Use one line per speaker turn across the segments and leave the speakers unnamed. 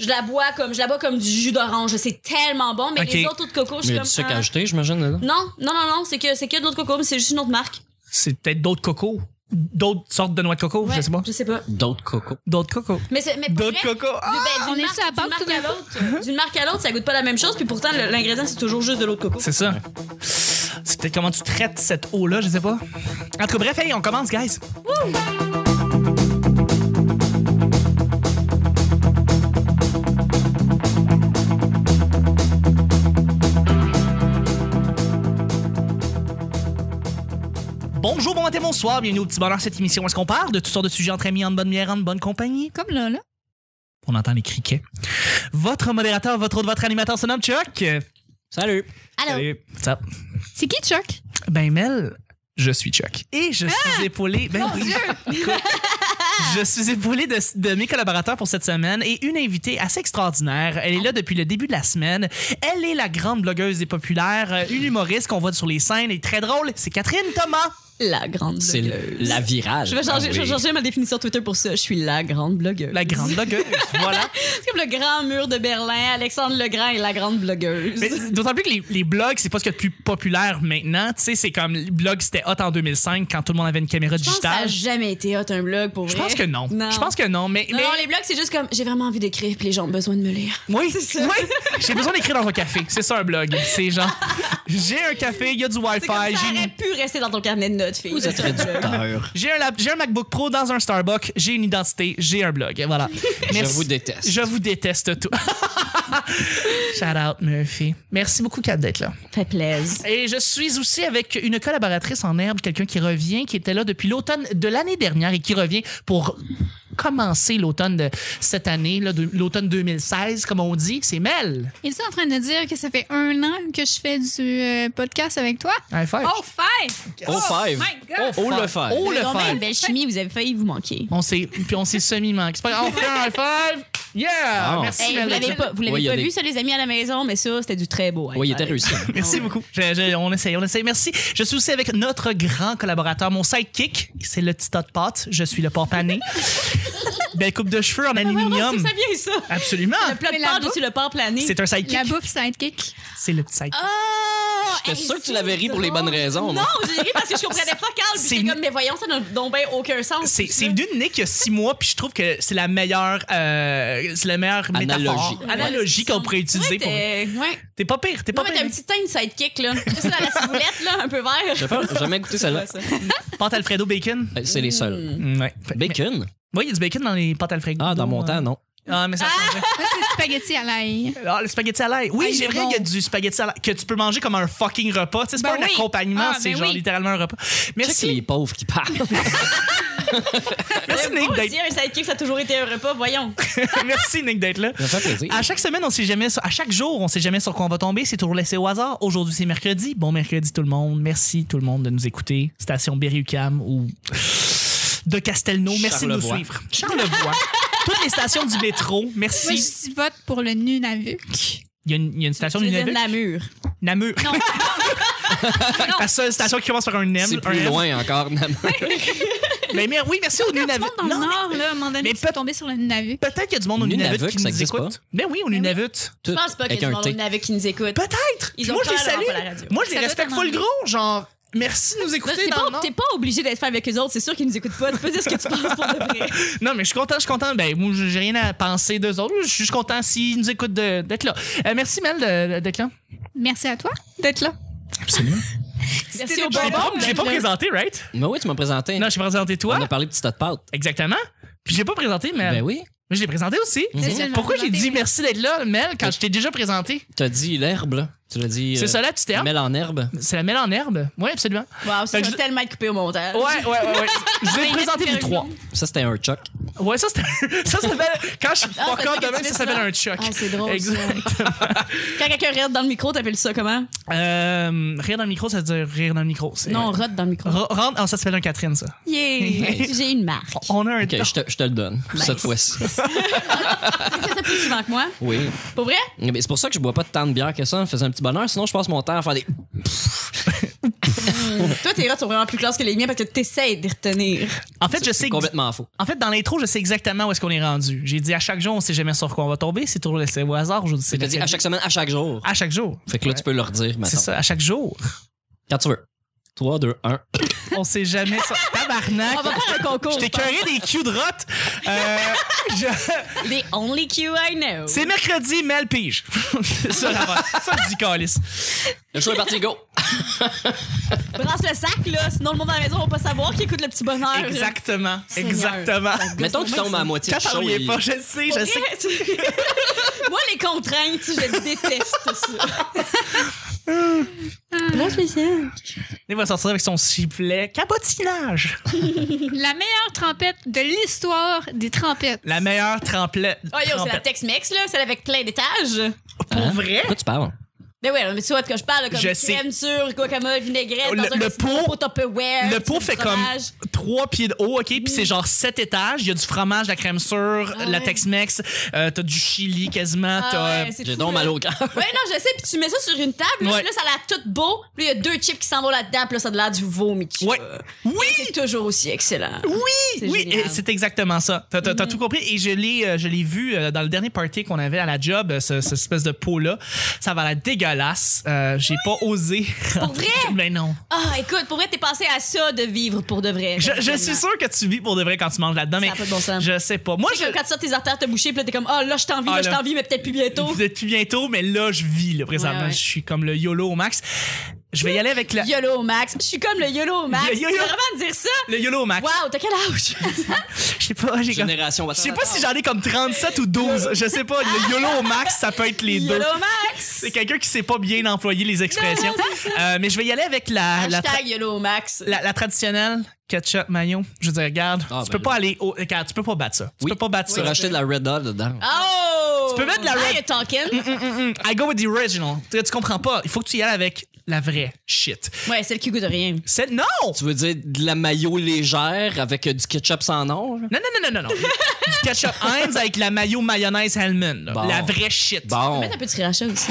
Je la bois comme je la bois comme du jus d'orange. C'est tellement bon, mais
Ok.
les autres eaux de coco, je
Mais il
suis
y a
comme.
du sucre
ah.
ajouté, j'imagine, là.
Non, non, non, non, c'est que c'est que de l'eau de coco, mais c'est juste une autre marque.
C'est peut-être d'autres cocos. D'autres sortes de noix de coco, je
Ouais,
sais pas.
Je sais pas.
D'autres cocos.
D'autres cocos.
Mais c'est- mais pour
D'autres
vrai,
cocos. Ah!
du- ben,
On
d'une
est
marque-
sur la
d'une
banque,
marque
tout d'un
à
coup.
l'autre, euh, d'une marque à l'autre, ça goûte pas la même chose, puis pourtant le- l'ingrédient c'est toujours juste de l'eau de coco.
C'est ça. C'est peut-être comment tu traites cette eau-là, je sais pas. En tout cas, bref, hey, on commence, guys. Bonjour, bon matin, bonsoir, bienvenue au petit bonheur cette émission où est-ce qu'on parle de toutes sortes de sujets entre amis, en bonne bière, en bonne compagnie.
Comme là, là.
On entend les criquets. Votre modérateur, votre autre, votre animateur se nomme Chuck.
Salut.
Alors,
What's up?
C'est qui, Chuck?
Ben Mel, je suis Chuck. Et je
Ah!
suis épaulé. Ben oui. Écoute, Je suis épaulé de, de mes collaborateurs pour cette semaine et une invitée assez extraordinaire. Elle est là depuis le début de la semaine. Elle est la grande blogueuse et populaire, euh, une humoriste qu'on voit sur les scènes et très drôle. C'est Catherine Thomas.
la grande
C'est le- la virage.
Je vais changer,
Ah
je vais
oui.
changer ma définition Twitter pour ça. Je suis la grande blogueuse.
La grande blogueuse. voilà.
C'est comme le grand mur de Berlin. Alexandre Legrand est la grande blogueuse.
Mais D'autant plus que les, les blogs, c'est pas ce qu'il y a de plus populaire maintenant. Tu sais, c'est comme les blogs, c'était hot en 2005 quand tout le monde avait une caméra
je pense que ça
digitale.
a jamais été hot un blog pour
Je
vrai.
pense que non.
Non.
Je pense que non. Mais,
Non,
mais-
non, les blogs, c'est juste comme j'ai vraiment envie d'écrire, puis les gens ont besoin de me lire.
Oui,
ça.
oui. J'ai besoin d'écrire dans un café. C'est ça un blog. C'est genre, j'ai un café, il y a du
C'est comme
Wi-Fi,
ça
j'ai
aurait
une-
pu rester dans ton carnet de notes, fille.
Vous êtes réducteur.
j'ai un, lap- j'ai un MacBook Pro dans un Starbucks, j'ai une identité, j'ai un blog. Voilà.
Je
Merci.
vous déteste.
Je vous déteste tout. Shout out Murphy. Merci beaucoup Kat d'être là.
Fait plaise.
Et je suis aussi avec une collaboratrice en herbe, quelqu'un qui revient, qui était là depuis l'automne de l'année dernière et qui revient pour commencer l'automne de cette année, là, de- l'automne 2016, comme on dit. C'est Mel.
Il est en train de dire que ça fait un an que je fais du euh, podcast avec toi?
High five.
Oh, five!
Oh, five.
my God!
Oh, le five.
Oh le
Vous avez une
five.
belle chimie, vous avez failli vous manquer.
On s'est puis on s'est semi manqué. C'est pas grave, on fait un high five. Yeah!
Ah.
Merci
Hey, vous
Mel.
l'avez pas, vous l'avez
Oui, il y a
pas
des-
vu, ça, les amis à la maison, mais ça, c'était du très beau. hein,
Oui, il était
paraît.
réussi.
Merci beaucoup. Je- je- on essaye, on essaye. Merci. Je suis aussi avec notre grand collaborateur, mon sidekick. C'est le petit tas de pâte. Je suis le porc pané. Belle coupe de cheveux en
Ah,
aluminium.
c'est que ça vient, ça.
Absolument.
Le plat
Mais
de
la
pâte,
bouffe-
dessus le porc plané.
C'est un sidekick.
La bouffe sidekick.
C'est le petit sidekick.
Oh!
J'étais
hey,
sûr que tu
c'est
l'avais ri pour les bonnes raisons,
Non,
moi.
j'ai ri parce que je comprenais pas Carl.
C'est-
Puis j'étais comme, mais voyons, ça n'a donc ben aucun sens.
C'est c'est venu de Nick il y a six mois, puis je trouve que c'est la meilleure, euh, c'est la meilleure métaphore,
Analogie.
analogie qu'on pourrait utiliser.
Ouais,
pour-
t'es- ouais.
T'es pas pire, t'es pas
Non, mais
pire.
t'as un petit teint de sidekick, là. Tu sais, ça dans la ciboulette, là, un peu
J'ai
vert.
pas- j'ai jamais goûté celle-là.
Pâte Alfredo bacon.
Euh, C'est les seuls.
Ouais.
Bacon?
Oui, il y a du bacon dans les pâtes Alfredo.
Ah, dans mon
Euh,
temps, non.
Ah, mais ça changeait.
Moi, c'est du spaghetti à l'ail.
Ah, le spaghetti à l'ail. Oui,
Ah, il
j'ai
est
vrai
bon.
qu'il y a du spaghetti à l'ail que tu peux manger comme un fucking repas. Tu sais, c'est
Ben
pas
oui.
un accompagnement,
Ah,
c'est
ben
genre
oui.
littéralement un repas.
Check
Merci,
les pauvres qui parlent.
Ben,
merci,
Oh,
Nick, d'être...
dire un sidekick, ça a toujours été un repas, voyons.
merci Nick d'être là.
Ça me fait plaisir.
À chaque semaine, on sait jamais sur- à chaque jour, on sait jamais sur quoi on va tomber. C'est toujours laissé au hasard. Aujourd'hui, c'est mercredi. Bon mercredi tout le monde. Merci tout le monde de nous écouter. Station Berry-UQAM ou de Castelnau. Merci de nous
Charlevoix.
suivre. Charlevoix. Toutes les stations du métro.
Moi,
Merci.
je vote pour le Nunavuk.
Il y, a une- il y a une station
Tu
du
veux dire
Nunavut. Euh,
Namur.
Namur. La seule station qui commence par un M.
C'est
un
plus
M.
loin encore, Nam.
Mais, mais oui, merci au
Quand tu
Nunavut.
montes dans le
Non,
Nord, là, à un moment donné,
mais
tu
peut-
peux tomber sur le Nunavut.
Peut-être qu'il y a du monde au Nunavut,
Nunavut,
qui nous
ça existe
écoute. Mais oui, au Nunavut.
Je pense pas que
Avec
tu
un
vas
T.
en avec qui nous écoute.
Peut-être.
Ils
Puis
ont
Moi, je
peur
les
d'avoir
salue.
pas la radio.
Moi, je
Ça
les
doit
respecte
être
full gros. Genre, merci de nous écouter.
T'es
dans le
pas,
Nord.
t'es pas obligé d'être fait avec eux autres, c'est sûr qu'ils nous écoutent pas. Tu peux dire ce que tu penses pour de vrai.
Non, mais je suis content, je suis content. Ben, moi, j'ai rien à penser d'eux autres. Je suis juste content s'ils nous écoutent de- d'être là. Euh, merci, Mel, de- d'être là.
Merci à toi d'être là.
Absolument.
Merci au
Je l'ai
bonhomme
pas, je l'ai
d'être
pas
là.
présenté, right?
Mais oui, tu m'as présenté.
Non, j'ai présenté toi.
On a parlé de petit tas de pâtes.
Exactement. Puis j'ai pas présenté Mel.
Ben oui.
Mais je l'ai présenté aussi.
C'est seulement
Pourquoi j'ai
présenté,
dit
oui.
merci d'être là, Mel, quand je t'ai déjà présenté?
T'as dit l'herbe, là. Tu l'as dit.
C'est
euh,
ça, là, tu t'es
Mêle en herbe.
C'est la Mel en herbe? Oui, absolument.
Wow, ça
Fait que
va
je-
tellement être coupé au montage.
Ouais, ouais, ouais. ouais. je vais présenter les trois.
Ça, c'était un choc.
Ouais, ça, c'était. Ça, ça s'appelle. Quand je suis
Ah,
fuck
ça
up
fait que
de même,
tu
ça
fais
s'appelle
ça.
un choc.
Ah, c'est drôle. ça.
Exact.
Quand quelqu'un rire dans le micro, t'appelles ça comment?
Euh, rire dans le micro, ça veut dire rire dans le micro. c'est-
Non, rote dans le micro.
Ro- Rentre. Ah, ça s'appelle un Catherine, ça.
Yeah.
Nice.
J'ai une marque.
On a un.
Ok, je te, je te le donne. Cette fois-ci.
Tu fais ça plus souvent que moi.
Oui.
Pour vrai?
Mais c'est pour ça que je bois pas tant de bière que ça. On faisait un petit bonheur. Sinon, je passe mon temps à faire des.
Toi, tes rats sont vraiment plus classes que les miens parce que t'essayes d'y retenir.
En fait, je sais que-
Complètement faux.
En fait, dans l'intro, je sais exactement où est-ce qu'on est rendu. J'ai dit à chaque jour, on sait jamais sur quoi on va tomber. C'est toujours laissé au hasard. Je
Tu dit à chaque semaine, à chaque jour.
à chaque jour.
Fait que là, tu peux leur dire,
Ah, C'est
maintenant.
ça, à chaque jour.
Quand tu veux. 3, 2, 1.
On sait jamais. sur- Tabarnak.
On va faire un concours.
Je t'ai curé des culs de rotte. Euh, je-
Les only Q I know.
C'est mercredi, Mel Pige. ça, la bonne- ça, je dis calice.
Le show est parti, go!
Brasse le sac, là, sinon le monde à la maison va pas savoir qui écoute le petit bonheur.
Exactement.
Seigneur.
Exactement.
Mettons que tu tombes à moitié
Quand
du show.
t'en reviens
il-
pas, je le sais, je le sais.
Moi, les contraintes, je déteste ça.
Il va sortir avec son sifflet. Cabotinage.
La meilleure trompette de l'histoire des trompettes.
La meilleure tremplette.
Oh yo, c'est la
trempette.
Tex-Mex, là, celle avec plein d'étages.
Hein?
Pour vrai?
Quoi tu parles?
Mais ouais, mais tu vois de quoi je parle, là, comme
Je
crème dure, guacamole, vinaigrette,
Le-
dans un
le
petit
pot-
pot Tupperware,
Le
tu
pot
mets du
fait comme
fromage.
trois pieds de haut, OK? Puis c'est genre sept étages. Il y a du fromage, de la crème sûre,
Ah
de la
ouais.
Tex-Mex. euh, t'as du chili quasiment.
Ah
t'as, euh,
ouais, c'est
J'ai
fou,
donc
là.
hein.
mal au cœur.
Ouais, non, je sais, puis tu mets ça sur une table, là,
Ouais.
puis là, ça a l'air tout beau, puis là, il y a deux chips qui s'en vont là-dedans, puis là, ça a l'air du vomi. qui-
Ouais. Oui!
C'est toujours aussi excellent. C'est
Oui,
génial. Mm-hmm.
et c'est exactement ça. T'as t'as- t'as tout compris. Et je l'ai, euh, je l'ai vu euh, dans le dernier party qu'on avait à la job, euh, ce, cette espèce de pot-là. Ça va la dégueulasse. Euh, J'ai pas osé.
Pour vrai?
Mais non.
Ah, écoute, pour vrai, t'es passé à ça de vivre pour de vrai.
Je, je suis sûr que tu vis pour de vrai quand tu manges là-dedans,
Ça
mais
a pas de bon sens.
je sais pas. Moi,
Tu sais,
je.
comme Quand tu sors tes artères te boucher, puis là, t'es comme, ah, là, je t'envie,
Ah,
là, je
là.
t'envie, mais peut-être plus bientôt.
Vous êtes plus bientôt, mais là, je vis, là, présentement.
Ouais, ouais.
Je suis comme le YOLO au max. Je vais y aller avec le,
YOLO Max. Je suis comme le YOLO Max.
Le
Tu
YOLO.
veux vraiment dire ça?
le YOLO au max.
Wow, t'as quel âge?
Je sais pas, j'ai comme.
Génération
Je sais pas si j'en ai comme 37 ou 12. Je sais pas. Le YOLO au max, ça peut être les deux.
YOLO Max!
C'est quelqu'un qui sait pas bien employer les expressions. Euh, mais je vais y aller avec la, la, tra-
Hashtag YOLO Max.
la- la traditionnelle ketchup mayo. Je veux dire, regarde,
Ah,
tu
ben
peux pas aller au. Regarde, tu peux pas battre ça. Tu
Oui.
peux pas battre
Tu peux
ça.
racheter de la Red
Ah.
Dot dedans.
Oh!
Tu peux mettre de la
Now
red-
you're talking.
Mm, mm, I go with the original. Tu, tu comprends pas. Il faut que tu y ailles avec la vraie shit.
Ouais, celle qui goûte rien.
C'est non!
Tu veux dire de la mayo légère avec euh, du ketchup sans nom? là?
Non, non, non, non, non, non. du ketchup Heinz avec la mayo mayonnaise Hellman. là.
Bon.
La vraie shit.
Bon.
Mettre un peu de sriracha aussi.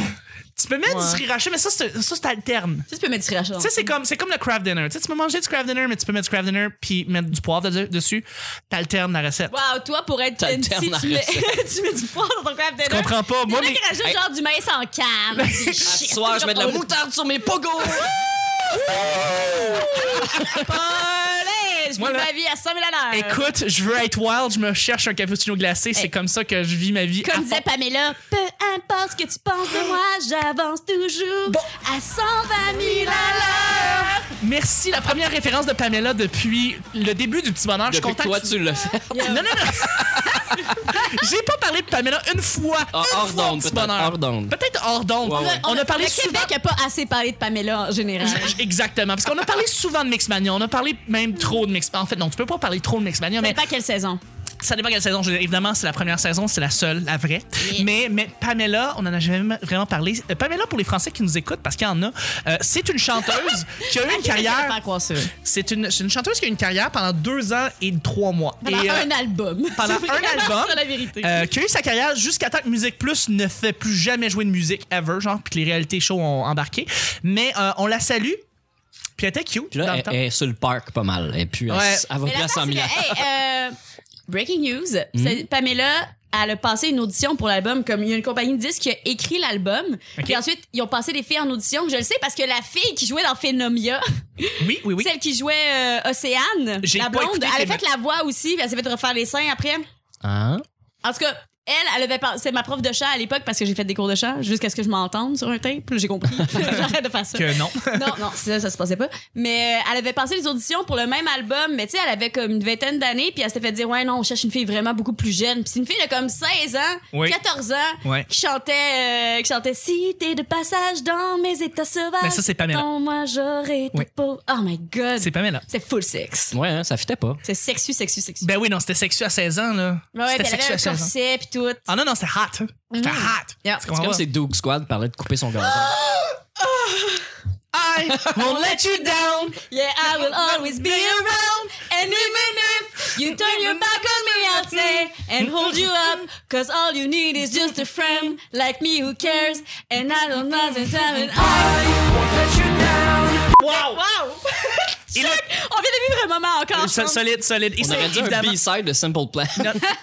Tu peux mettre
Ouais.
du sriracha, mais ça, c'est ça, c'est alterne.
Ça, tu peux mettre du sriracha.
Tu sais, c'est comme, c'est comme le craft dinner. Tu sais, tu peux manger du craft dinner, mais tu peux mettre du craft dinner puis mettre du poivre de- dessus. T'alternes la recette.
Wow, toi, pour être
T'alternes
fancy, tu
la
mets, tu mets du poivre dans ton craft dinner.
Je comprends pas.
Moi,
Moi,
mais...
mais.
qui rajoute genre du maïs en canne. C'est shit. Oh,
Ce soir, je mets de la moutarde sur mes pogos!
Olé! Je
Moi,
vis
là-
ma vie à 100 000 à l'heure.
Écoute, je veux être wild, je me cherche un cappuccino glacé, c'est comme ça que je vis ma vie. à
Comme disait
fond. Ah.
Pamela, peu importe ce que tu penses de moi, j'avance toujours à 120 000 à
Merci, la première référence de Pamela depuis le début du petit bonheur. je suis
Depuis que
content.
toi,
que-
tu le fais.
l'heure.
Non, non, non. J'ai pas parlé de Pamela une fois.
Ah,
une fois
hors
au
d'onde,
petit
peut-être,
bonheur.
hors d'onde.
Peut-être hors d'onde.
Ouais, ouais.
On, a parlé
Le
souvent.
Québec hein. a pas assez parlé de Pamela en général.
Exactement, parce qu'on a parlé souvent de Mixmania, on a parlé même trop de Mixmania. En fait, non, tu peux pas parler trop de Mixmania,
Je
mais
sais pas quelle saison.
Ça dépend quelle saison. Je veux dire, évidemment, c'est la première saison, c'est la seule, la vraie. Mais, mais Pamela, on en a jamais vraiment parlé. Euh, Pamela, pour les Français qui nous écoutent, parce qu'il y en a, euh, c'est une chanteuse qui a eu une carrière. C'est une, c'est une chanteuse qui a eu une carrière pendant deux ans et trois mois.
Pendant
et, euh,
un album.
pendant
C'est
un
vraiment
album,
ça, la vérité.
euh, qui a eu sa carrière jusqu'à temps que Musique Plus ne fait plus jamais jouer de musique ever, genre, puis que les réalités shows ont embarqué. Mais euh, on la salue, puis elle était cute
Puis
dans
là,
le
elle,
temps.
elle est sur le parc pas mal. Et puis, elle,
Ouais.
elle va
Mais
plus à
l'affaire,
100
c'est
000 à-
que, hey, euh, breaking news.
Hmm?
c'est Pamela, elle a passé une audition pour l'album. Comme il y a une compagnie de disques qui a écrit l'album.
Ok.
Puis ensuite, ils ont passé des filles en audition. Je le sais parce que la fille qui jouait dans Phenomia,
Oui, oui, oui.
celle qui jouait euh, Océane,
J'ai
la
pas
blonde,
écouté
elle a
Phénom-
fait la voix aussi. Puis elle s'est fait refaire les seins après.
Hein?
En tout cas. Elle, elle avait par- c'est ma prof de chant à l'époque parce que j'ai fait des cours de chant jusqu'à ce que je m'entende sur un tape. Puis là, J'ai compris. J'arrête de faire ça
Que non.
non, non, ça, ça se passait pas. Mais euh, elle avait passé les auditions pour le même album, mais tu sais, elle avait comme une vingtaine d'années, puis elle s'était fait dire, ouais, non, on cherche une fille vraiment beaucoup plus jeune. Puis c'est une fille de comme 16 ans,
Oui.
14 ans,
Ouais.
qui chantait, euh, qui chantait, si t'es de passage dans mes états sauvages.
Mais ça, c'est Pamela.
tant moi, j'aurais ta
Oui.
peau. Oh my god.
C'est Pamela.
C'est full sex.
Ouais, hein, ça fitait pas.
C'est sexu, sexu, sexu.
Ben oui, non, c'était sexu à 16 ans, là.
Ouais, ouais,
Ben, c'était
puis elle
sexu
avait
à
un
16 ans.
corset, puis tout.
Ah non, non, c'est hot. C'était
Mm. Yeah.
hot. Tu
C'est
C'est
comprends
comme
pas?
si Doug Squad parlait de couper son gazon.
I won't let you down.
Yeah, I will always be around. And even if you turn your back on me, I'll stay and hold you up. Cause all you need is just a friend like me who cares. And I don't know the time and I.
Wow!
Wow!
Et là,
On vient de vivre un moment encore.
sol-
ensemble.
solide, solide. Et
On
Euh, ça,
aurait dit un
évidemment-
B-side de Simple Plan.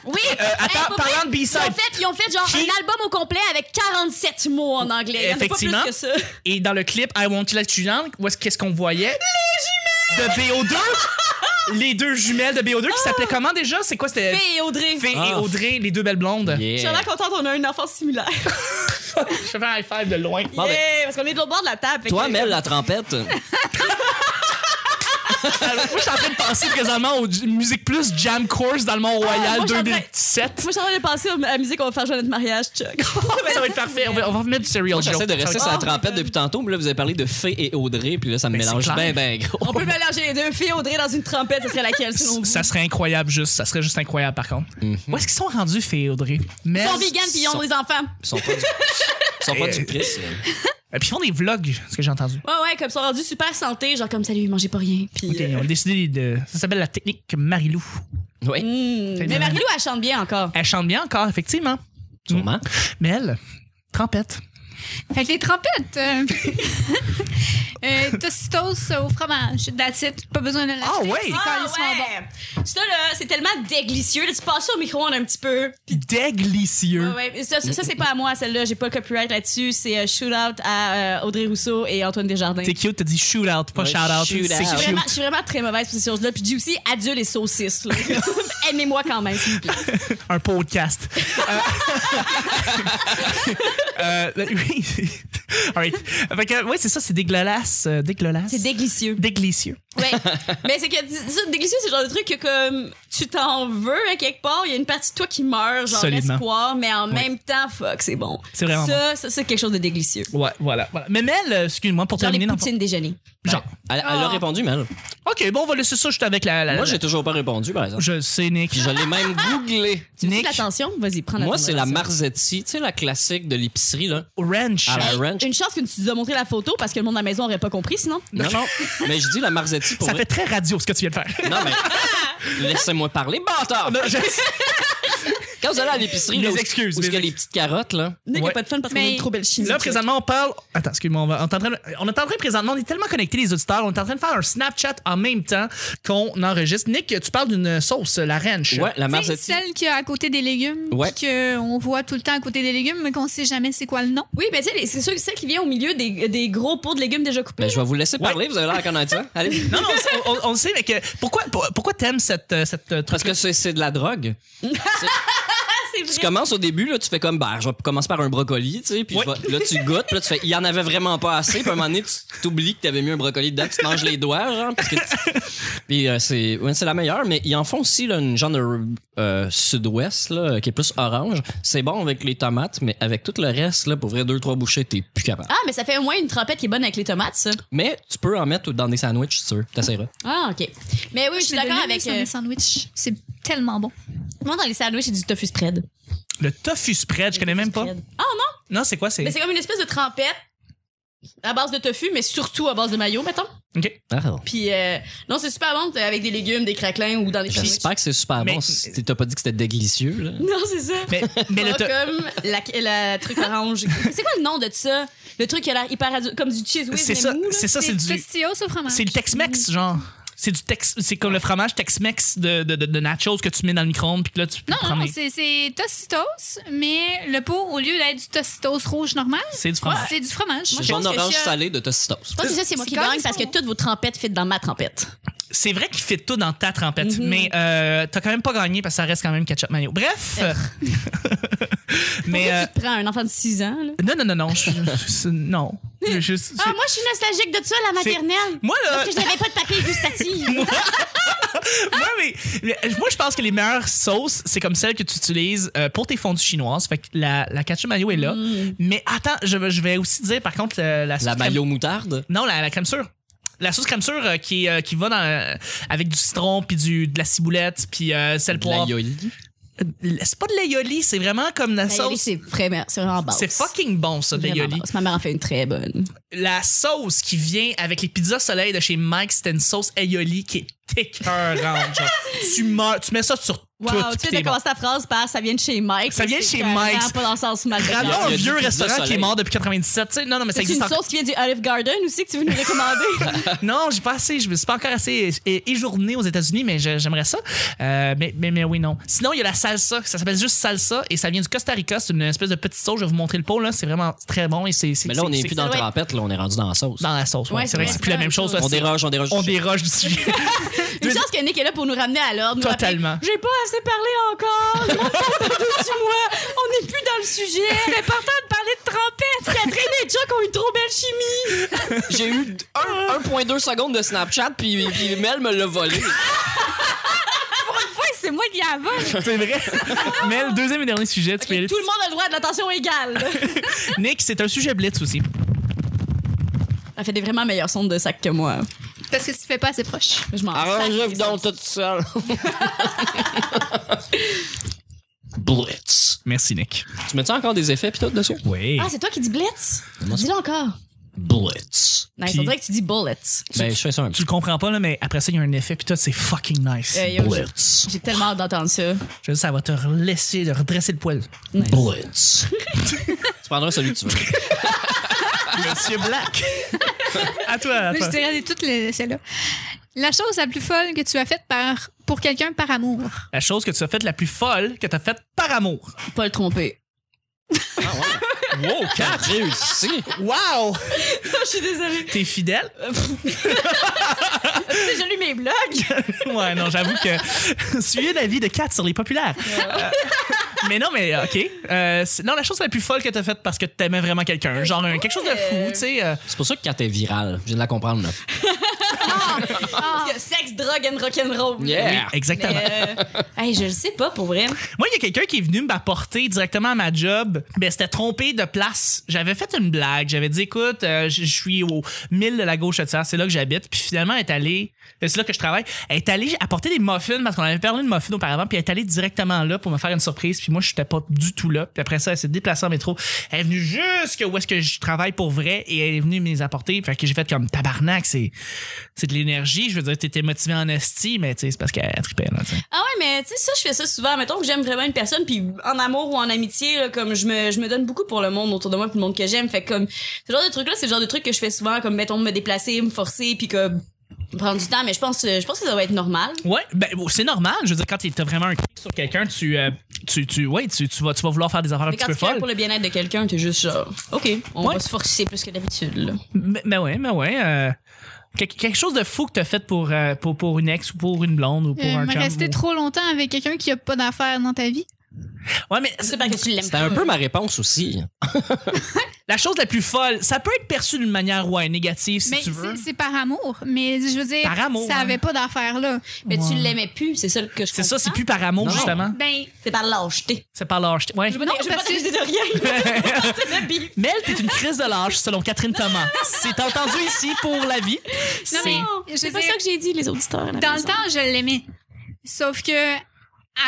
Oui!
Euh, attends,
Hey, pour vrai,
parlant de B-side.
Ils ont fait, ils ont fait genre
Qui-
un album au complet avec 47 mots en anglais. Il y en a
Effectivement. Euh,
Pas plus que ça.
Et dans le clip I Won't Let You Down, où est-ce qu'est-ce qu'on voyait? Les jumelles! De BO2! les deux jumelles de BO2 qui s'appelaient comment déjà? C'est quoi? C'était
Fée et Audrey.
Fée et
Ah.
Audrey, les deux belles blondes.
Je suis
Yeah.
vraiment contente, on a une enfant similaire.
Je fais un high five de loin.
Bon, ben,
Yeah, parce qu'on est de l'autre bord de la table. fait
Toi,
que- euh,
Mel, la trompette.
Alors, moi, je suis en train de penser présentement au J- Musique Plus Jam Course dans le
Ah,
Mont-Royal
moi, je suis en train-
2017.
Moi, je suis en train de penser à la musique qu'on va faire jouer à notre mariage, Chuck.
Ça va être parfait. On va, on va remettre du Serial Joe.
J'essaie de rester sur la
Oh,
trompette
mon
depuis tantôt, mais là, vous avez parlé de Fée et Audrey, puis là, ça me
Mais Ben, c'est
mélange bien,
clair.
bien gros.
On peut mélanger les deux filles, Audrey, dans une trompette, ce serait laquelle, selon vous?
Ça serait incroyable, juste. Ça serait juste incroyable, par contre.
Mhm.
Où est-ce qu'ils sont rendus, Fée et Audrey?
Ils
Mais...
sont vegan puis ils ont
sont-
des enfants.
Ils sont pas du, ils sont pas du Chris.
Euh, Puis ils font des vlogs, ce que j'ai entendu.
Ouais, ouais, comme ils sont rendus super santé, genre comme salut, mangez pas rien. Puis,
Ok, Ils
euh,
ont décidé de. Ça s'appelle la technique Marilou. Mm.
Oui,
hmm.
Fait
Mais
de-
Marie-Lou, elle chante bien encore.
Elle chante bien encore, effectivement. Mm.
sûrement.
Mais elle, trompette.
Fait que les trompettes. Euh... euh, tostitos au fromage. That's it. Pas besoin de l'acheter.
Ah ouais?
C'est
Ah,
calissement bon.
ouais. Ça, là, c'est tellement déglicieux. Là, tu passes ça au micro-ondes un petit peu.
Déglicieux.
Mm.
Ouais, ouais. Ça, ça, ça, c'est pas à moi, celle-là. J'ai pas le copyright là-dessus. C'est euh, Shootout à euh, Audrey Rousseau et Antoine Desjardins.
T'es cute, t'as dit shoot out, pas
Ouais,
shout out.
shoot
Je suis,
C'est
out.
cute.
vraiment, je suis vraiment très mauvaise pour ces choses-là. Puis Juicy, adieu les saucisses. là. Aimez-moi quand même, s'il vous plaît.
Un podcast. Euh, euh, oui. All right. Fait que, ouais, c'est ça, c'est dégueulasse. euh, dégueulasse.
C'est délicieux.
déglicieux.
Ouais. Mais c'est que dis- ça, délicieux, c'est le genre de truc que comme tu t'en veux à quelque part, il y a une partie de toi qui meurt, genre
Solidement.
espoir, mais en
Ouais.
même temps, fuck, c'est bon.
C'est vraiment
ça, ça, c'est quelque chose de délicieux.
Ouais, voilà. voilà. Mais Mel, euh, excuse-moi pour
Genre les
terminer. dans-
poutines déjeuner.
Genre.
Ben, Elle, elle a
Ah.
répondu, Mel.
Ok, bon, on va laisser ça, je suis avec la. la-
Moi,
la-
j'ai toujours pas répondu, par exemple.
Je Ah! sais, Nick.
Puis je l'ai même googlé.
Tu veux
Nick.
l'attention? Vas-y, prends la
Moi,
ton
c'est la
attention.
Marzetti, tu sais, la classique de l'épicerie, là.
Ranch.
À la Ah, ranch.
Une chance que tu nous as montré la photo parce que le monde à la maison aurait pas compris sinon.
Non, non. Mais je dis la Marzetti pour
Ça
vrai. Ah,
fait très radio ce que tu viens de faire.
Non, mais. Laissez-moi parler, bâtard!
Non, je-
Quand vous allez à l'épicerie,
Mes
là, où-
excuses,
où est-ce
mes
qu'il y a les petites carottes, là?
Nick a
Ouais.
pas de fun parce qu'on
Mais-
a une trop belle chimie.
Là, présentement, on parle. Attends, excuse-moi, on, va... on, est en train de- on est en train présentement, on est tellement connectés, les auditeurs, on est en train de faire un Snapchat en même temps qu'on enregistre. Nick, tu parles d'une sauce, la ranch.
Ouais, la
Tu sais,
Marzetti.
Celle qui est à côté des légumes,
Ouais.
puis que qu'on voit tout le temps à côté des légumes, mais qu'on sait jamais c'est quoi le nom.
Oui, mais tu sais, les- c'est sûr que celle qui vient au milieu des, des gros pots de légumes déjà coupés.
Ben, je vais vous laisser
Ouais.
parler, vous avez l'air à connaître ça. Allez.
Non, non, on, on- on le sait, mais que, pourquoi, pour- pourquoi t'aimes cette, euh, cette euh, truc?
Parce que c'est c'est de la drogue.
Ah, c'est vrai.
Tu commences au début, là, tu fais comme, ben, je vais commencer par un brocoli, tu sais, puis
Ouais.
je vais- là, tu goûtes, puis là, tu fais, il y en avait vraiment pas assez, puis à un moment donné, tu t'oublies que t'avais mis un brocoli dedans, tu te manges les doigts, genre, parce que. tu- Puis euh, c'est ouais, c'est la meilleure, mais ils en font aussi, là, une genre de euh, sud-ouest, là, qui est plus orange. C'est bon avec les tomates, mais avec tout le reste, là, pour vrai, deux, trois bouchées, t'es plus capable.
Ah, mais ça fait au moins une trompette qui est bonne avec les tomates, ça.
Mais tu peux en mettre dans des sandwichs, si tu veux. T'essaieras.
Ah, OK. Mais oui, je suis
l'ai
d'accord
déjà
avec.
mis sur
euh,
mes sandwichs. C'est tellement bon.
Moi, dans les sandwichs, c'est du tofu spread.
Le tofu spread, je connais même pas.
Ah non,
Non, c'est quoi? C'est.
mais c'est comme une espèce de trempette à base de tofu, mais surtout à base de mayo, mettons.
Ok.
Puis, euh, non, c'est super bon euh, avec des légumes, des craquelins ou dans les sandwichs.
J'espère que c'est super
Mais-
bon. Si tu- t'as pas dit que c'était délicieux, là.
Non, c'est ça.
Mais, mais le
Pas
to-
comme la, la truc orange. c'est quoi le nom de ça? Le truc qui a l'air hyper radio- comme du cheese whiz, mais
C'est ça,
mou, là.
c'est ça, c'est du.
Tostitos au fromage.
C'est le Tex-Mex, genre. C'est du Tex. C'est comme le fromage Tex-Mex de, de, de, de nachos que tu mets dans le micro-ondes, puis que là, tu peux
Non, non,
prendre
non,
les-
c'est- c'est Tostitos, mais le pot, au lieu d'être du Tostitos rouge normal,
C'est du fromage.
c'est du fromage.
Moi, je
Jaune
pense que
orange
je-
salé de Tostitos.
Je pense que ça, c'est moi
C'est
qui
quand
gagne
même
parce que
bon.
toutes vos trempettes fit dans ma trempette.
C'est vrai qu'il fait tout dans ta trempette,
Mhm.
mais euh, t'as quand même pas gagné parce que ça reste quand même ketchup mayo. Bref.
Euh.
mais
Pourquoi
euh,
tu te prends un enfant de 6 ans, là?
non non non non, je, je- c'est- non. Je- je- c'est-
Ah, moi, je suis nostalgique de ça, la
C'est-
maternelle.
moi là,
Parce que je n'avais pas de papier gustatif. Ah,
moi, mais- mais- euh, moi, je pense que les meilleures sauces, c'est comme celles que tu utilises euh, pour tes fondues chinoises. Fait que la, la ketchup mayo est là.
Mm.
Mais attends, je, vais- je vais aussi dire par contre euh, la sauce
La
crème-
maillot moutarde.
Non, la, la crème sûre. La sauce crème sûre euh, qui, est, euh, qui va dans, euh, avec du citron, puis du, de la ciboulette, puis euh, sel
De la
poivre.
yoli.
Euh, C'est pas de l'aioli, c'est vraiment comme la
L'aioli,
sauce.
ben, c'est vraiment, c'est vraiment basse.
C'est fucking bon, ça, de
Vraiment
l'aioli.
basse. Ma mère en fait une très bonne.
La sauce qui vient avec les pizzas soleil de chez Mike, c'était une sauce aioli qui est écœurante. genre. tu meurs, tu mets ça sur
Wow,
tout.
tu
puis
viens
t'es
de commencer ta phrase par ça vient de chez Mike.
Ça vient de
C'est
chez
clairement
Mike.
pas dans le sens mal.
bon. Ramenons
Il y a
un
du
vieux
pizza
restaurant qui est
soleil.
mort depuis 97. tu sais. non, non, mais ça
C'est une
existe encore.
sauce qui vient du Olive Garden aussi que tu veux nous recommander.
Non, j'ai pas assez. Je me suis pas encore assez é- é- éjourné aux États-Unis, mais je- j'aimerais ça. Euh, mais, mais, mais oui, non. Sinon, il y a la salsa. Ça s'appelle juste salsa et ça vient du Costa Rica. C'est une espèce de petite sauce. Je vais vous montrer le pot. là. C'est vraiment c'est très bon. Et c'est, c'est-
Mais là, on
c'est-
n'est
c'est-
plus dans
ça
le
doit
trempette, là, on est rendu dans la sauce.
dans la sauce. ouais.
Ouais,
c'est vrai que
ouais,
c'est plus la
c'est
même
la
chose.
même
là.
On
C'est-
déroge, on déroge.
on déroge du sujet.
Une chance que Nick est là pour nous ramener à l'ordre. nous rappeler,
Totalement.
J'ai pas assez parlé encore. Je m'en dessus moi. On n'est plus dans le sujet. C'est important de parler de trompette. Catherine et Chuck ont une trop belle chimie.
J'ai eu un- 1.2 secondes de Snapchat, puis, puis Mel me l'a volé.
Ouais, c'est moi qui la vole.
c'est vrai. Mais le deuxième et dernier sujet, tu peux y aller.
Tout le monde a le droit de l'attention égale.
Nick, c'est un sujet blitz aussi.
Elle fait des vraiment meilleurs sons de sac que moi.
Parce que tu fais pas assez proche.
Je m'en
Arrangez-vous
sac-
donc tout seul. Blitz.
Merci, Nick.
Tu mets-tu encore des effets, puis tout, dessus?
Oui.
Ah, c'est toi qui dis blitz? Dis-le encore.
Blitz.
Non,
Puis-
on dirait que tu dis bullets.
Ben, je fais ça un
tu
petit
le comprends pas, là, mais après ça, il y a un effet. Puis toi, c'est fucking nice.
Euh, yo, j'ai-
Blitz.
J'ai tellement hâte d'entendre ça.
Je veux dire, ça va te laisser, redresser le poil.
Blitz. tu prendras celui que tu veux.
Monsieur Black. à toi, à
Moi,
toi.
je dirais toutes les celles-là. La chose la plus folle que tu as faite par, pour quelqu'un par amour.
La chose que tu as faite la plus folle que tu as faite par amour.
Pas le tromper.
Ah ouais.
Wow,
T'as réussi.
Wow!
Je suis désolée.
T'es fidèle?
J'ai déjà lu mes blogs.
Ouais, non, j'avoue que. Suivez l'avis de Kat sur les populaires. Euh, mais non, mais OK. Euh, c'est- non, la chose la plus folle que t'as faite parce que t'aimais vraiment quelqu'un. Genre, un- quelque chose de fou, tu sais. euh,
C'est pour ça que quand t'es viral, je viens de la comprendre, là.
Ah,
Sexe, drogue and rock'n'roll.
Yeah.
exactement.
Mais, euh, hey, je le sais pas pour vrai.
Moi, il y a quelqu'un qui est venu m'apporter directement à ma job. Ben, c'était trompé de place. J'avais fait une blague. J'avais dit, écoute, euh, je je suis au 1000 de la gauche de ça. C'est là que j'habite. Puis finalement, elle est allée, euh, c'est là que je travaille. Elle est allée apporter des muffins parce qu'on avait parlé de muffins auparavant. Puis elle est allée directement là pour me faire une surprise. Puis moi, je n'étais pas du tout là. Puis après ça, elle s'est déplacée en métro. Elle est venue jusque où est-ce que je travaille pour vrai. Et elle est venue me les apporter. Fait que j'ai fait comme tabarnak. C'est, c'est de l'énergie. Je veux dire, t'étais motivé en esti, mais tu sais, c'est parce qu'elle tripait, là, tu sais.
Ah ouais, mais tu sais, ça, je fais ça souvent. Mettons que j'aime vraiment une personne, puis en amour ou en amitié, là, comme je me, je me donne beaucoup pour le monde autour de moi, puis le monde que j'aime. Fait que comme, ce genre de truc-là, c'est le genre de truc que je fais souvent, comme, mettons, me déplacer, me forcer, puis comme, prendre du temps. Mais je pense, je pense que ça va être normal.
Ouais, ben bon, c'est normal. Je veux dire, quand t'as vraiment un clic sur quelqu'un, tu, euh, tu, tu, ouais, tu, tu vas, tu vas vouloir faire des affaires un
Mais
petit
quand
peu
tu cales
folles.
pour le bien-être de quelqu'un, t'es juste genre, OK, on
Ouais.
va se forcer plus que d'habitude, là.
Mais, mais ouais, mais ouais. euh, quel- quelque chose de fou que t'as fait pour, euh, pour, pour une ex ou pour une blonde ou pour
euh,
un chum.
rester
ou-
trop longtemps avec quelqu'un qui a pas d'affaires dans ta vie.
Ouais, mais
C'est pas que tu l'aimes
C'était un peu ma réponse aussi.
la chose la plus folle, ça peut être perçu d'une manière ouais, négative si
mais
tu veux.
c'est- c'est par amour. Mais je veux dire,
Par amour,
ça
hein.
avait pas d'affaires là.
Mais tu
Ouais.
l'aimais plus, c'est ça que je
C'est ça, c'est
comprends.
plus par amour,
Non.
justement.
Ben,
C'est par lâcheté.
C'est par lâche. Ouais.
je veux dire,
je veux
parce
pas t'accuser
que-
de rien. c'est le bif.
Mel, t'es une crise de lâche, selon Catherine Thomas. C'est entendu ici pour la vie.
Non,
C'est-
mais-
Non,
Je
C'est
veux
pas
dire-
ça que j'ai dit, les auditeurs. à la
dans le
maison.
temps, je l'aimais. Sauf que,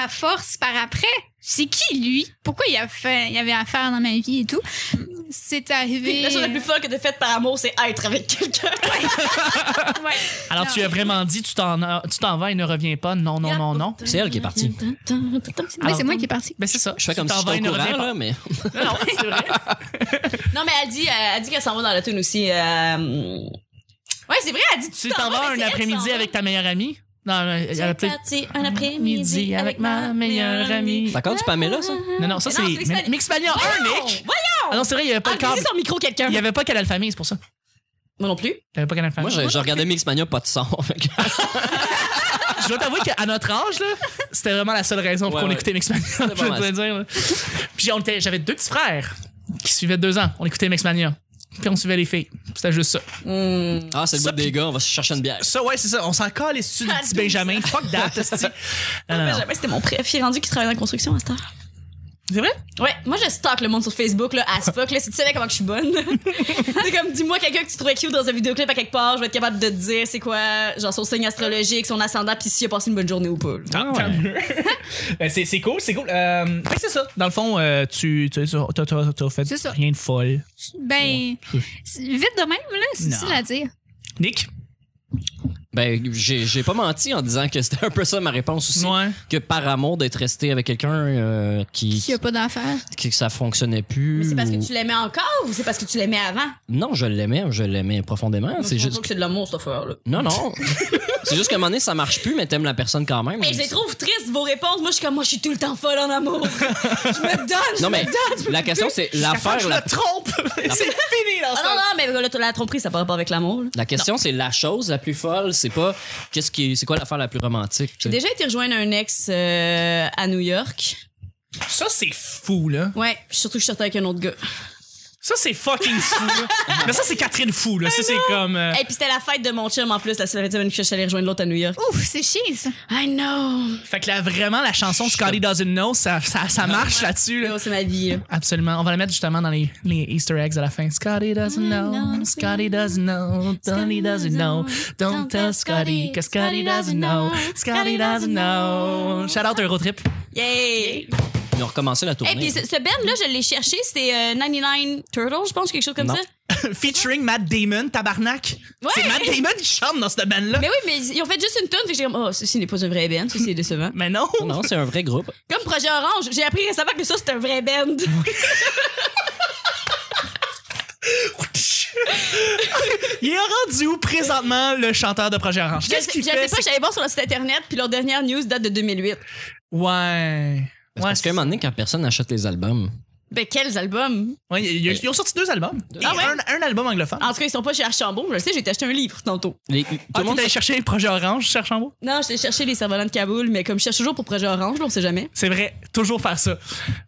à force, par après, c'est qui lui? Pourquoi il a fait, il avait affaire dans ma vie et tout? C'est arrivé. euh,
La chose la plus folle que de faite par amour, c'est être avec quelqu'un.
Ouais.
Alors, tu as vraiment dit, tu t'en tu t'en vas et ne reviens pas. Non, non, non, non.
C'est elle qui est partie.
Ouais,
Alors-
ah, c'est moi qui est parti.
Ben, c'est ça.
Je fais
Tu
comme
t'en
si
vas et
j'étais
ne
au courant,
reviens pas.
là, mais...
Non, c'est vrai.
Non, mais elle dit, euh, elle dit qu'elle s'en va dans la tune aussi. euh, Ouais, c'est vrai, elle dit
Tu t'en vas un après-midi avec ta meilleure amie? Non, euh, elle a
Tu es
peut-être-
parti un après-midi avec ma meilleure amie.
D'accord, tu Pamela, ça?
Non, non, ça c'est.
Mais non, c'est Mixmania.
Mixmania 1,
Oh!
Nick! Ah non, c'est vrai, il n'y avait pas
Ah,
le câble.
son micro quelqu'un.
Il n'y avait pas Canal Famille, c'est pour ça.
Moi non plus.
Il n'y avait pas Canal
Moi,
Famille.
je, je regardais Mixmania, pas de son. fait que-
je dois t'avouer qu'à notre âge, là, c'était vraiment la seule raison pour
Ouais,
qu'on
ouais.
écoutait Mixmania.
C'était
Je
pas mal
dois dire. là. Puis on était- j'avais deux petits frères qui suivaient deux ans. On écoutait Mixmania. Puis on suivait les filles. C'était juste ça.
Hmm.
Ah, c'est le
Ça,
bout des
puis-
gars, on va se chercher une bière.
Ça, ouais, c'est ça. On s'en colle les du
À 12
petit Benjamin. Fuck that, esti. Non, non, non.
Jamais, C'était mon préféré rendu qui travaille dans la construction à cette heure.
C'est vrai?
Ouais, moi je stocke le monde sur Facebook là, as fuck là, si tu savais comment que je suis bonne. c'est comme dis-moi quelqu'un que tu trouvais cute dans un vidéoclip à quelque part, je vais être capable de te dire c'est quoi, genre son signe astrologique, son ascendant puis s'il a passé une bonne journée ou pas. là.
Ah, tant mieux. Ben, c'est c'est cool, c'est cool. Euh, fait que c'est ça. Dans le fond, euh, tu tu- tu- t'as t'as- t'as fait
C'est ça.
rien de folle.
Ben, c'est- vite de même, là, c'est
Non.
difficile à dire.
Nick?
Ben, j'ai j'ai pas menti en disant que c'était un peu ça ma réponse aussi.
Ouais.
Que par amour d'être resté avec quelqu'un euh, qui,
Qui a pas d'affaires.
qui- que ça fonctionnait plus.
Mais c'est parce que
ou-
tu l'aimais encore ou c'est parce que tu l'aimais avant?
Non, je l'aimais, je l'aimais profondément.
Je
Ah, C'est
trouve
juste.
que c'est de l'amour, cette affaire-là.
Non, non. c'est juste qu'à un moment donné, ça marche plus, mais t'aimes la personne quand même.
Mais je les trouve tristes, vos réponses. Moi, je suis comme, moi, je suis tout le temps folle en amour. je me donne, je
Non,
me
mais
donne. je me
la question,
donne.
c'est l'affaire.
Je
La,
me trompe! c'est fini, là!
Ah non, non, mais la, la tromperie, ça n'a pas rapport avec l'amour. là.
la question, c'est la chose la plus folle. C'est pas qu'est-ce qui, c'est quoi l'affaire la plus romantique. tu sais.
J'ai déjà été rejoindre un ex euh, à New York.
Ça, c'est fou, là.
Ouais, puis surtout, je sortais avec un autre gars.
Ça, c'est fucking fou, là. Mais ça, c'est Catherine Fou, là. Ça, c'est comme. euh,
Et puis c'était la fête de mon chum en plus, la seule semaine que je suis allée rejoindre l'autre à New York.
Ouf, c'est chiant, ça.
I know.
Fait que là, vraiment, la chanson Scotty Doesn't Know, ça, ça, ça marche là-dessus, là.
Yo, C'est ma vie. là.
Absolument. On va la mettre justement dans les, les Easter eggs à la fin. Scotty doesn't know, Mm, Scotty doesn't know, Tony doesn't know, don't tell Scotty, que Scotty doesn't know, Scotty doesn't know. Shout out Eurotrip.
Yay!
Ils ont recommencé la
Et
tournée.
puis ce, ce band-là, je l'ai cherché, c'était euh, 99 Turtles, je pense, quelque chose comme
Non.
ça.
Featuring Matt Damon, tabarnak.
Ouais.
C'est Matt Damon qui chante dans cette band-là.
Mais oui, mais ils ont fait juste une tune, fait que j'ai comme, oh, ceci n'est pas un vrai band, ceci est décevant.
Mais non.
Non, c'est un vrai groupe.
Comme Projet Orange, j'ai appris récemment que ça, c'est un vrai band.
Il est rendu où présentement le chanteur de Projet Orange?
Je,
Qu'est-ce
sais-
qu'il
je sais
fait?
pas,
c'est-
j'allais voir sur le site internet, puis leur dernière news date de 2008.
Ouais.
C'est
Ouais,
parce qu'à un moment donné, quand personne n'achète les albums,
Ben, quels albums?
Ouais, il y a- ils ont sorti deux albums. Et
Ah ouais?
un, un album anglophone.
En tout cas, ils sont pas chez Archambault, je le sais, j'ai acheté un livre tantôt.
les- tout
Ah,
le monde.
t'es allé chercher le projet Orange, cherche en haut?
Non, j'étais chercher les cerfs-volants de Kaboul, mais comme je cherche toujours pour Projet Orange, là, on sait jamais.
C'est vrai, toujours faire ça.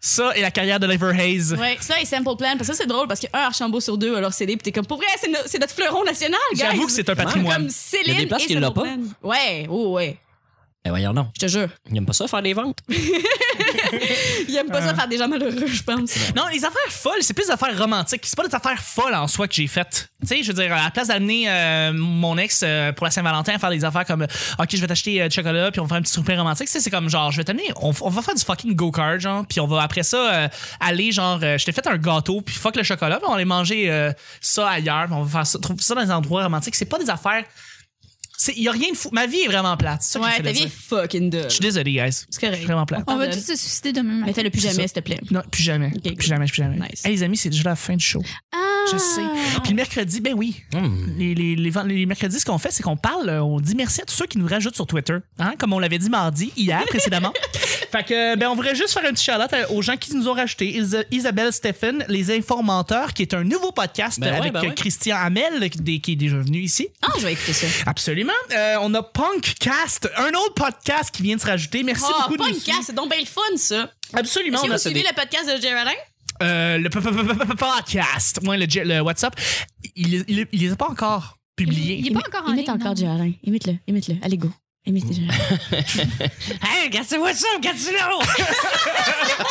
Ça et la carrière de Lever Hayes.
Ouais, ça et Sample Plan, parce que ça c'est drôle, parce qu'un Archambault sur deux a leur CD, puis t'es comme, pour vrai, c'est, no- c'est notre fleuron national, guys!
J'avoue que c'est un
Comme
patrimoine.
Céline
Il y a des places
et
qui l'ont
Sample Plan. Ouais, oh ouais,
Ben voyons, non.
je te jure.
Ils n'aiment pas ça faire des ventes.
Ils aiment
Euh.
pas ça faire des gens malheureux, je pense.
Non, les affaires folles, c'est plus des affaires romantiques. C'est pas des affaires folles en soi que j'ai faites. Tu sais, je veux dire, à la place d'amener euh, mon ex euh, pour la Saint-Valentin à faire des affaires comme euh, OK, je vais t'acheter euh, du chocolat, puis on va faire un petit souper romantique. Tu sais, c'est comme genre, je vais t'amener, on, on va faire du fucking go-kart, genre, puis on va après ça euh, aller, genre, euh, je t'ai fait un gâteau, puis fuck le chocolat, puis on va aller manger euh, ça ailleurs, puis on va faire ça, trouver ça dans des endroits romantiques. C'est pas des affaires. c'est- Il y a rien de fou. Ma vie est vraiment plate. c'est ça que
Ouais,
j'essaie de
ta vie est
dire.
fucking dull.
Je suis désolé, guys.
C'est
Je
correct.
suis vraiment plate.
On va
Pardonne.
tous se suicider demain matin.
Mais fais-le plus
C'est
jamais,
ça.
s'il te plaît.
Non, plus jamais.
Ok, good.
plus jamais, plus jamais.
Nice. Ah!
Hey, les amis, c'est déjà la fin du show. Je sais. Puis le mercredi, ben oui. Les, les, les, ven- les mercredis, ce qu'on fait, c'est qu'on parle, euh, on dit merci à tous ceux qui nous rajoutent sur Twitter. Hein, comme on l'avait dit mardi, hier, précédemment. fait que, ben, on voudrait juste faire un petit shout-out euh, aux gens qui nous ont rajoutés. Is- Isabelle Stephen, Les Informateurs, qui est un nouveau podcast
Ben ouais,
avec
ben
euh,
ouais.
Christian Hamel, qui des- qui est déjà venu ici.
Ah, je vais écouter ça.
Absolument. Euh, on a Punkcast, un autre podcast qui vient de se rajouter. Merci
Oh,
beaucoup de nous
podcast,
suivre.
c'est donc bien le fun, ça.
Absolument.
Est-ce
on
que
a-
vous suivez le podcast de Géraldin?
Euh, le p- p- p- p- p- podcast, ouais, le, j- le WhatsApp, il, il, il les a pas encore publiés.
Il est pas encore en ligne. non.
Géraldin. Imite-le, imite-le. Allez, go. Imite Géraldin.
Hey, regarde ce WhatsApp, regarde ce
Ah,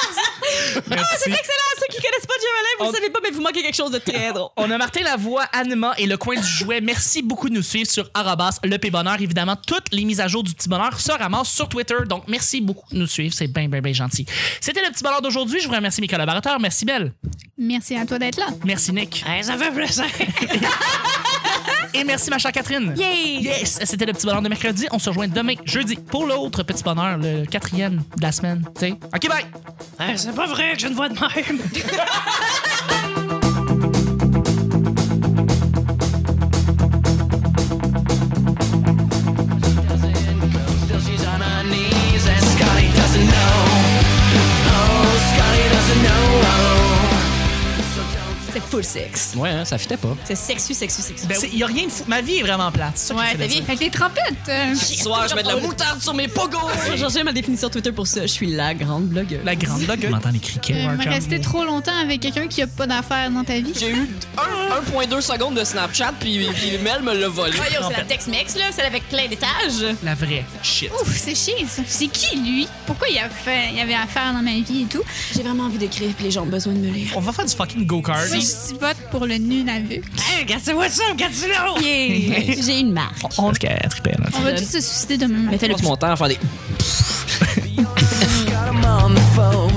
C'est excellent, ceux qui connaissent pas Géraldin, vous
On-
le savez pas, mais vous manquez quelque chose de très drôle.
On a Martin Lavoie, Anima et le coin du jouet. Merci beaucoup de nous suivre sur Arabas, le P Bonheur. Évidemment, toutes les mises à jour du Petit Bonheur se ramassent sur Twitter. Donc, merci beaucoup de nous suivre. C'est bien, bien, bien gentil. C'était le Petit Bonheur d'aujourd'hui. Je vous remercie mes collaborateurs. Merci Belle.
Merci à toi d'être là.
Merci Nick.
ça fait plaisir.
Et merci ma chère Catherine.
Yay!
Yes! C'était le petit bonheur de mercredi. On se rejoint demain, jeudi, pour l'autre petit bonheur, le quatrième de la semaine. tu sais. OK, bye!
c'est pas vrai que je ne vois de même.
C'est full sex.
Ouais, hein, ça fitait pas.
C'est sexu, sexu, sexu.
C'est- y a rien de fou. Ma vie est vraiment plate. c'est ça que
Ouais,
j'essaie de
ta vie
dire.
Fait que les trompettes. euh,
Soir, je mets de la moutarde sur mes pogos.
J'ai changé ma définition Twitter pour ça. Je suis la grande blogueuse.
La grande blague. On entend les criquets.
euh, rester trop longtemps avec quelqu'un qui a pas d'affaires dans ta vie.
J'ai eu un- 1.2 secondes de Snapchat, puis, puis Mel me l'a volé.
Voyons, c'est la Tex-Mex, là, celle avec plein d'étages.
La vraie. Shit.
Ouf, c'est chiant ça. C'est qui lui? Pourquoi il, a fait, il avait affaire dans ma vie et tout?
J'ai vraiment envie d'écrire, puis les gens ont besoin de me lire.
On va faire du fucking go-kart.
Moi, je vote pour le nul aveugle.
Oh. J'ai une marque.
On est qu'à triper, là.
On va tous se suicider demain matin.
Mais fais le
Je passe mon temps à faire des.
I'm on the phone.